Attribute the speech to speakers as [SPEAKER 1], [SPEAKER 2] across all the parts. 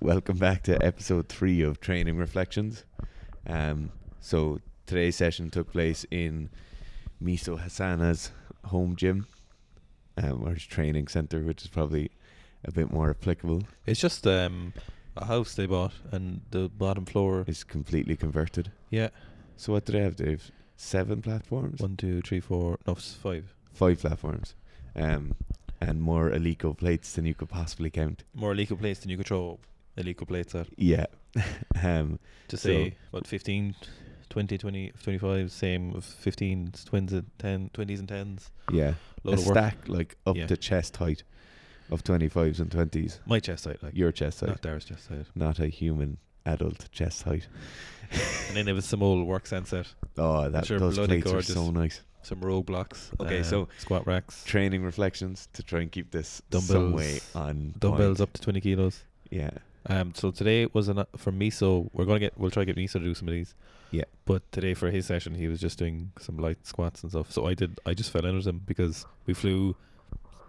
[SPEAKER 1] Welcome back to episode three of Training Reflections. Um, so today's session took place in Miso Hassana's home gym, um, or his training center, which is probably a bit more applicable.
[SPEAKER 2] It's just um, a house they bought, and the bottom floor.
[SPEAKER 1] It's completely converted.
[SPEAKER 2] Yeah,
[SPEAKER 1] So what do they have? They have seven platforms,
[SPEAKER 2] one, two, three, four. No, it's five.
[SPEAKER 1] five platforms, um, and more Alico plates than you could possibly count.
[SPEAKER 2] More illegal plates than you could throw illegal plates at.
[SPEAKER 1] Yeah. um,
[SPEAKER 2] Just
[SPEAKER 1] So-
[SPEAKER 2] say what 15, 20, 20, 25, Same of fifteen twins and ten, twenties and tens.
[SPEAKER 1] yeah.
[SPEAKER 2] Load
[SPEAKER 1] a
[SPEAKER 2] of work.
[SPEAKER 1] stack like up
[SPEAKER 2] Yeah.
[SPEAKER 1] to chest height of 25s and 20s.
[SPEAKER 2] My chest height, like
[SPEAKER 1] Your chest height,
[SPEAKER 2] not Dara's chest height.
[SPEAKER 1] not a human adult chest height.
[SPEAKER 2] And then there was some old work sunset,
[SPEAKER 1] Oh, that
[SPEAKER 2] Sure,
[SPEAKER 1] those
[SPEAKER 2] bloody
[SPEAKER 1] plates are so nice.
[SPEAKER 2] some row blocks.
[SPEAKER 1] Okay, so-
[SPEAKER 2] squat racks,
[SPEAKER 1] Training reflections to try and keep this some way
[SPEAKER 2] Dumbbells.
[SPEAKER 1] on
[SPEAKER 2] dumbbells
[SPEAKER 1] point.
[SPEAKER 2] up to twenty kilos.
[SPEAKER 1] Yeah,
[SPEAKER 2] Um, so today was an for Miso. We're gonna get. We'll try to get Miso to do some of these.
[SPEAKER 1] Yeah.
[SPEAKER 2] But today for his session, he was just doing some light squats and stuff. So I did. I just fell in with him because we flew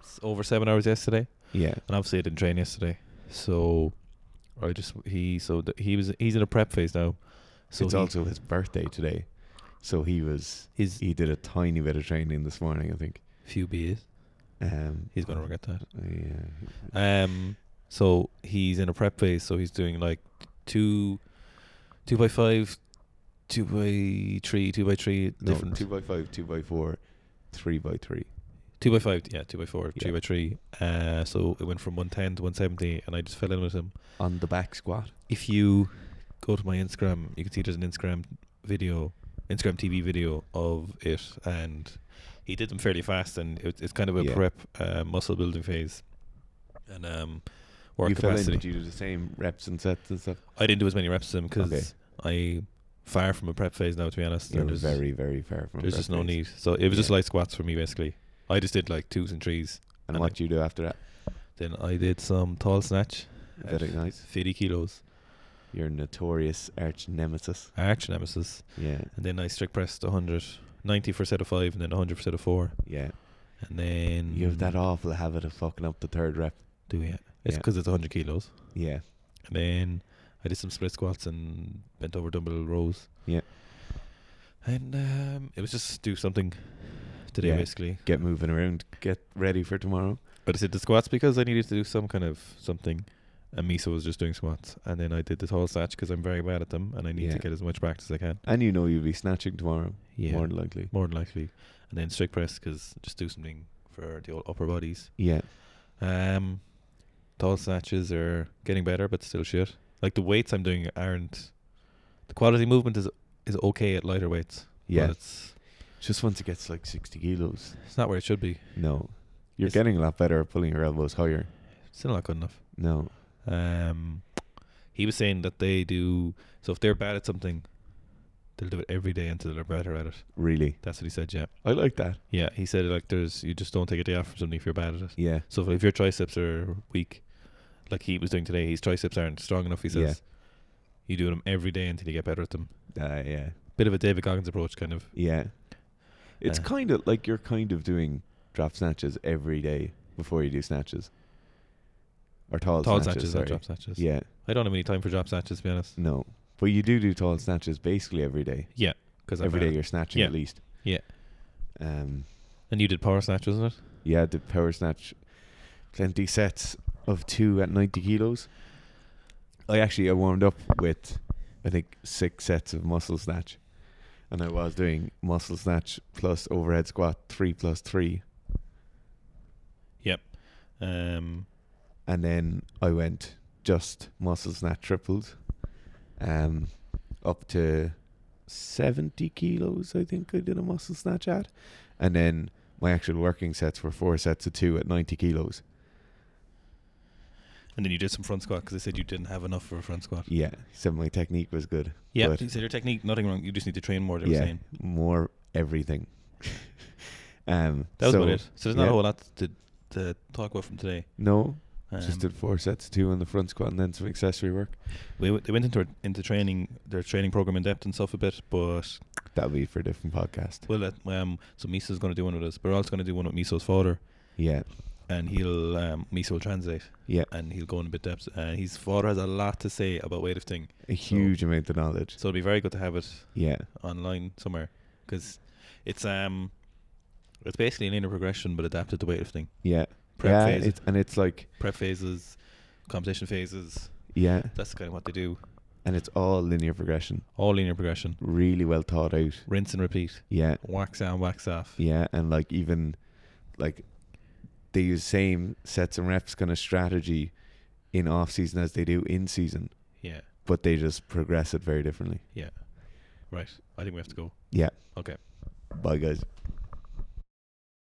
[SPEAKER 2] s- over seven hours yesterday,
[SPEAKER 1] yeah,
[SPEAKER 2] and obviously I didn't train yesterday. So I just he so th- he was he's in a prep phase now. So
[SPEAKER 1] it's
[SPEAKER 2] he-
[SPEAKER 1] also his birthday today, so he was
[SPEAKER 2] his
[SPEAKER 1] he did a tiny bit of training this morning, I think.
[SPEAKER 2] few beers.
[SPEAKER 1] Um,
[SPEAKER 2] He's gonna regret that.
[SPEAKER 1] yeah,
[SPEAKER 2] Um, so he's in a prep phase, so he's doing like two, two by five, two by three, two by three,
[SPEAKER 1] No,
[SPEAKER 2] different
[SPEAKER 1] two
[SPEAKER 2] two,
[SPEAKER 1] by five, two by four, three by three.
[SPEAKER 2] by five, yeah, two by four, three
[SPEAKER 1] Yeah.
[SPEAKER 2] by three. Uh, so it went from one ten to one seventy, and I just fell in with him.
[SPEAKER 1] On the back squat,
[SPEAKER 2] If you go to my Instagram, you can see there's an Instagram video, Instagram TV video of it, and he did them fairly fast, and it, it's kind of a
[SPEAKER 1] Yeah.
[SPEAKER 2] prep uh, muscle building phase, and um, work
[SPEAKER 1] you fell
[SPEAKER 2] capacity.
[SPEAKER 1] in, did you do the same reps and sets and stuff?
[SPEAKER 2] I didn't do as many reps as him because
[SPEAKER 1] Okay.
[SPEAKER 2] I far from a prep phase now. To be honest,
[SPEAKER 1] You're
[SPEAKER 2] and there's,
[SPEAKER 1] very, very far from.
[SPEAKER 2] there's just no
[SPEAKER 1] perfect.
[SPEAKER 2] need. So it was just
[SPEAKER 1] Yeah.
[SPEAKER 2] light squats for me basically. I just did like twos and threes.
[SPEAKER 1] And
[SPEAKER 2] and
[SPEAKER 1] what you do after that?
[SPEAKER 2] Then I did some tall snatch, at
[SPEAKER 1] Very nice.
[SPEAKER 2] fifty kilos,
[SPEAKER 1] Your notorious arch nemesis.
[SPEAKER 2] arch nemesis,
[SPEAKER 1] Yeah,
[SPEAKER 2] and then I strict pressed 100, 90 for a set of five, and then 100 for a set of four,
[SPEAKER 1] yeah.
[SPEAKER 2] and then
[SPEAKER 1] You have that awful habit of fucking up the third rep.
[SPEAKER 2] Do we? It's
[SPEAKER 1] Yeah.
[SPEAKER 2] because it's 100 kilos,
[SPEAKER 1] Yeah,
[SPEAKER 2] and then I did some split squats and bent over dumbbell rows.
[SPEAKER 1] Yeah.
[SPEAKER 2] And um, it was just do something today
[SPEAKER 1] Yeah.
[SPEAKER 2] basically.
[SPEAKER 1] get moving around. Get ready for tomorrow.
[SPEAKER 2] But I did the squats because I needed to do some kind of something, and Misa was just doing squats. And then I did the whole snatch because I'm very bad at them, and I need
[SPEAKER 1] Yeah.
[SPEAKER 2] to get as much practice as I can.
[SPEAKER 1] And you know you'll be snatching tomorrow,
[SPEAKER 2] Yeah,
[SPEAKER 1] more
[SPEAKER 2] more,
[SPEAKER 1] than likely.
[SPEAKER 2] than likely. And then strict press because just do something for the old upper bodies.
[SPEAKER 1] Yeah,
[SPEAKER 2] Um, tall snatches are getting better, but still shit. Like the weights I'm doing aren't. The quality movement is is okay at lighter weights.
[SPEAKER 1] yeah.
[SPEAKER 2] but it's
[SPEAKER 1] Just once it gets like sixty kilos,
[SPEAKER 2] it's not where it should be.
[SPEAKER 1] no, you're
[SPEAKER 2] It's-
[SPEAKER 1] getting a lot better at pulling your elbows higher.
[SPEAKER 2] Still not good enough.
[SPEAKER 1] No,
[SPEAKER 2] Um, he was saying that they do so if they're bad at something, they'll do it every day until they're better at it.
[SPEAKER 1] really.
[SPEAKER 2] That's what he said. Yeah,
[SPEAKER 1] I like that.
[SPEAKER 2] yeah. He said like there's you just don't take a day off from something if you're bad at it.
[SPEAKER 1] Yeah,
[SPEAKER 2] So if your triceps are weak, like he was doing today, his triceps aren't strong enough. He says
[SPEAKER 1] Yeah.
[SPEAKER 2] you do them every day until you get better at them.
[SPEAKER 1] uh, yeah,
[SPEAKER 2] Bit of a David Goggins approach, kind of.
[SPEAKER 1] yeah. It's
[SPEAKER 2] Uh.
[SPEAKER 1] kind of like you're kind of doing drop snatches every day before you do snatches, or tall,
[SPEAKER 2] Tall
[SPEAKER 1] snatches.
[SPEAKER 2] snatches, not
[SPEAKER 1] sorry.
[SPEAKER 2] drop snatches.
[SPEAKER 1] Yeah,
[SPEAKER 2] I don't have any time for drop snatches to be honest.
[SPEAKER 1] no. But you do do tall snatches basically every day.
[SPEAKER 2] Because
[SPEAKER 1] Every day you're snatching
[SPEAKER 2] Yeah.
[SPEAKER 1] at least.
[SPEAKER 2] Yeah.
[SPEAKER 1] Um.
[SPEAKER 2] And you did power snatch, wasn't it?
[SPEAKER 1] Yeah, the power snatch, plenty sets of two at ninety kilos. I actually I warmed up with, I think six sets of muscle snatch, and I was doing muscle snatch plus overhead squat three plus three,
[SPEAKER 2] Um,
[SPEAKER 1] and then I went just muscle snatch triples, um, up to seventy kilos. I think I did a muscle snatch at, and then my actual working sets were four sets of two at ninety kilos.
[SPEAKER 2] and then you did some front squat because I said you didn't have enough for a front squat.
[SPEAKER 1] Yeah, so my technique was good.
[SPEAKER 2] Yeah,
[SPEAKER 1] but-
[SPEAKER 2] so your technique, nothing wrong. You just need to train more. They were
[SPEAKER 1] Yeah.
[SPEAKER 2] saying
[SPEAKER 1] more everything. um,
[SPEAKER 2] that was
[SPEAKER 1] so,
[SPEAKER 2] about it. So there's not
[SPEAKER 1] yeah.
[SPEAKER 2] a whole lot to to talk about from today.
[SPEAKER 1] No,
[SPEAKER 2] Um,
[SPEAKER 1] just did four sets, two on the front squat, and then some accessory work.
[SPEAKER 2] we w- they went into into training their training program in depth and stuff a bit, but
[SPEAKER 1] That'll be for a different podcast.
[SPEAKER 2] well, that, um, so Misa's going to do one with us. But we're also going to do one with Miso's father,
[SPEAKER 1] Yeah,
[SPEAKER 2] and he'll um, Miso will translate.
[SPEAKER 1] Yeah.
[SPEAKER 2] and he'll go in a bit depth. And his father has a lot to say about weightlifting,
[SPEAKER 1] A huge amount of knowledge.
[SPEAKER 2] so it'll be very good to have it
[SPEAKER 1] Yeah.
[SPEAKER 2] online somewhere because it's um it's basically an inner progression but adapted to weightlifting.
[SPEAKER 1] Yeah.
[SPEAKER 2] Prep
[SPEAKER 1] yeah.
[SPEAKER 2] phase,
[SPEAKER 1] It's, and it's like,
[SPEAKER 2] prep phases, competition phases.
[SPEAKER 1] yeah.
[SPEAKER 2] That's kind of what they do.
[SPEAKER 1] And it's all linear progression.
[SPEAKER 2] All linear progression,
[SPEAKER 1] Really well thought out.
[SPEAKER 2] rinse and repeat,
[SPEAKER 1] Yeah.
[SPEAKER 2] wax on, wax off.
[SPEAKER 1] Yeah. And like, even like they use same sets and reps kind of strategy in off season as they do in season,
[SPEAKER 2] Yeah,
[SPEAKER 1] but they just progress it very differently.
[SPEAKER 2] right. I think we have to go.
[SPEAKER 1] Yeah.
[SPEAKER 2] Okay.
[SPEAKER 1] Bye, guys.